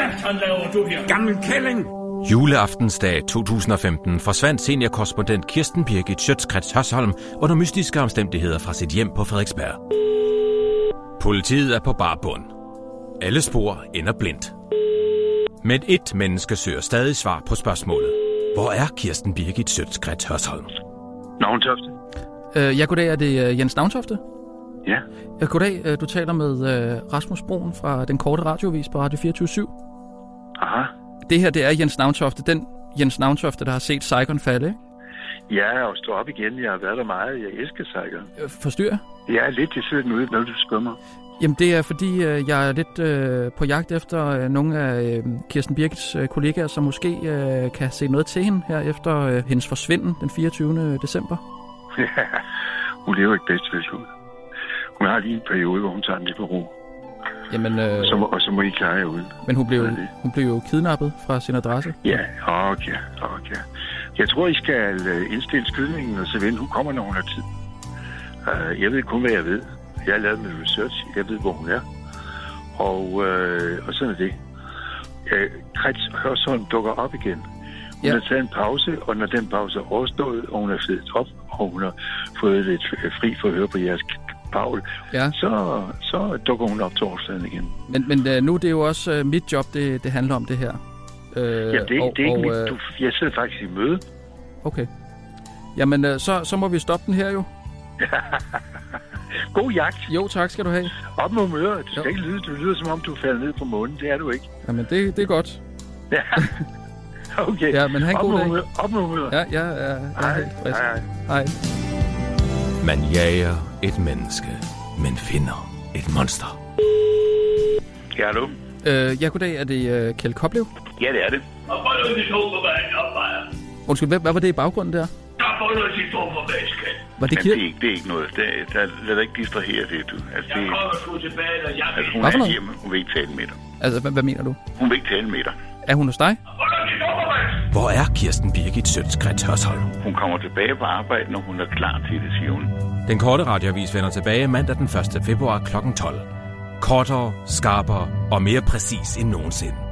han laver du her? Gammel kælling! Juleaftensdag 2015 forsvandt seniorkorrespondent Kirsten Birgit Schøtzgrads Hørsholm under mystiske omstændigheder fra sit hjem på Frederiksberg. Politiet er på bar bund. Alle spor ender blindt. Men et menneske søger stadig svar på spørgsmålet. Hvor er Kirsten Birgit Schøtzgrads Hørsholm? Navntofte? Øh, ja, goddag, er det øh, Jens Navntofte? Ja. Øh, goddag, øh, du taler med øh, Rasmus Broen fra den korte radiovis på Radio 24 Aha. Det her, det er Jens Navntofte, den Jens Navntofte, der har set Saigon falde, ikke? Jeg er jo stå op igen. Jeg har været der meget. Jeg elsker Saigon. Øh, forstyrrer? Jeg er lidt i søden ude, når du skummer. Jamen, det er fordi, øh, jeg er lidt øh, på jagt efter øh, nogle af øh, Kirsten Birgits øh, kollegaer, som måske øh, kan se noget til hende her efter øh, hendes forsvinden den 24. december. Ja. Hun lever ikke bedst, hvis hun. Hun har lige en periode, hvor hun tager den lidt på ro. Jamen, øh, Så, må- og så må I klare jer uden. men hun blev, hvad er det? hun blev jo kidnappet fra sin adresse. Ja, okay, okay. Jeg tror, I skal øh, indstille skydningen og så vente. Hun kommer, når hun har tid. Øh, Jeg ved kun, hvad jeg ved. Jeg har lavet min research. Jeg ved, hvor hun er. Og, øh, og sådan er det. Øh, Krets Hørsholm dukker op igen. Hun Ja. ja. har taget en pause, og når den pause er overstået, og hun er flyttet op, og hun har fået lidt øh, fri for at høre på jeres pavl, Ja, så, så dukker hun op torsdagen igen. men, men øh, nu er det jo også øh, mit job, det, det handler om det her. Øh, Ja, det, er- det er ikke øh, mit, du, jeg sidder faktisk i møde. Okay. Jamen, øh, så, så må vi stoppe den her jo. God jagt! Jo, tak skal du have. Op med humøret. Du Jo. skal ikke lyde. Du lyder, som om du falder ned på månen. Det er du ikke. Jamen, det, det er godt. Ja. Okay. Ja, men ha' en op god med dag. humøret. Op med humøret. Ja, jeg, er, jeg er helt frisk. hej, hej. Hej. Man jager et menneske, men finder et monster. Ja, hallo. Øh, ja, goddag. Er det øh, Kjeld Koplev? Ja, det er det. Og prøv nu de to for vejen op, Maja. Undskyld, hvad, hvad var det i baggrunden der? Der får du de to for vejen, skat. Var Men det det er, Kjeld? ikke, det er ikke noget. Det, er- der, lad dig ikke distrahere det, du. Altså, Jeg det, kommer sgu tilbage, når jeg altså hun Hvad for er noget? hjemme. Hun vil ikke tale med dig. Altså, hvad, hvad mener du? Hun vil ikke tale med dig. Er hun hos dig? Hvor er Kirsten Birgit Schøtzgrads Hørsholm? Hun kommer tilbage på arbejde, når hun er klar til det, siger hun. Den korte radiovis vender tilbage mandag den 1. februar kl. 12. Kortere, skarpere og mere præcis end nogensinde.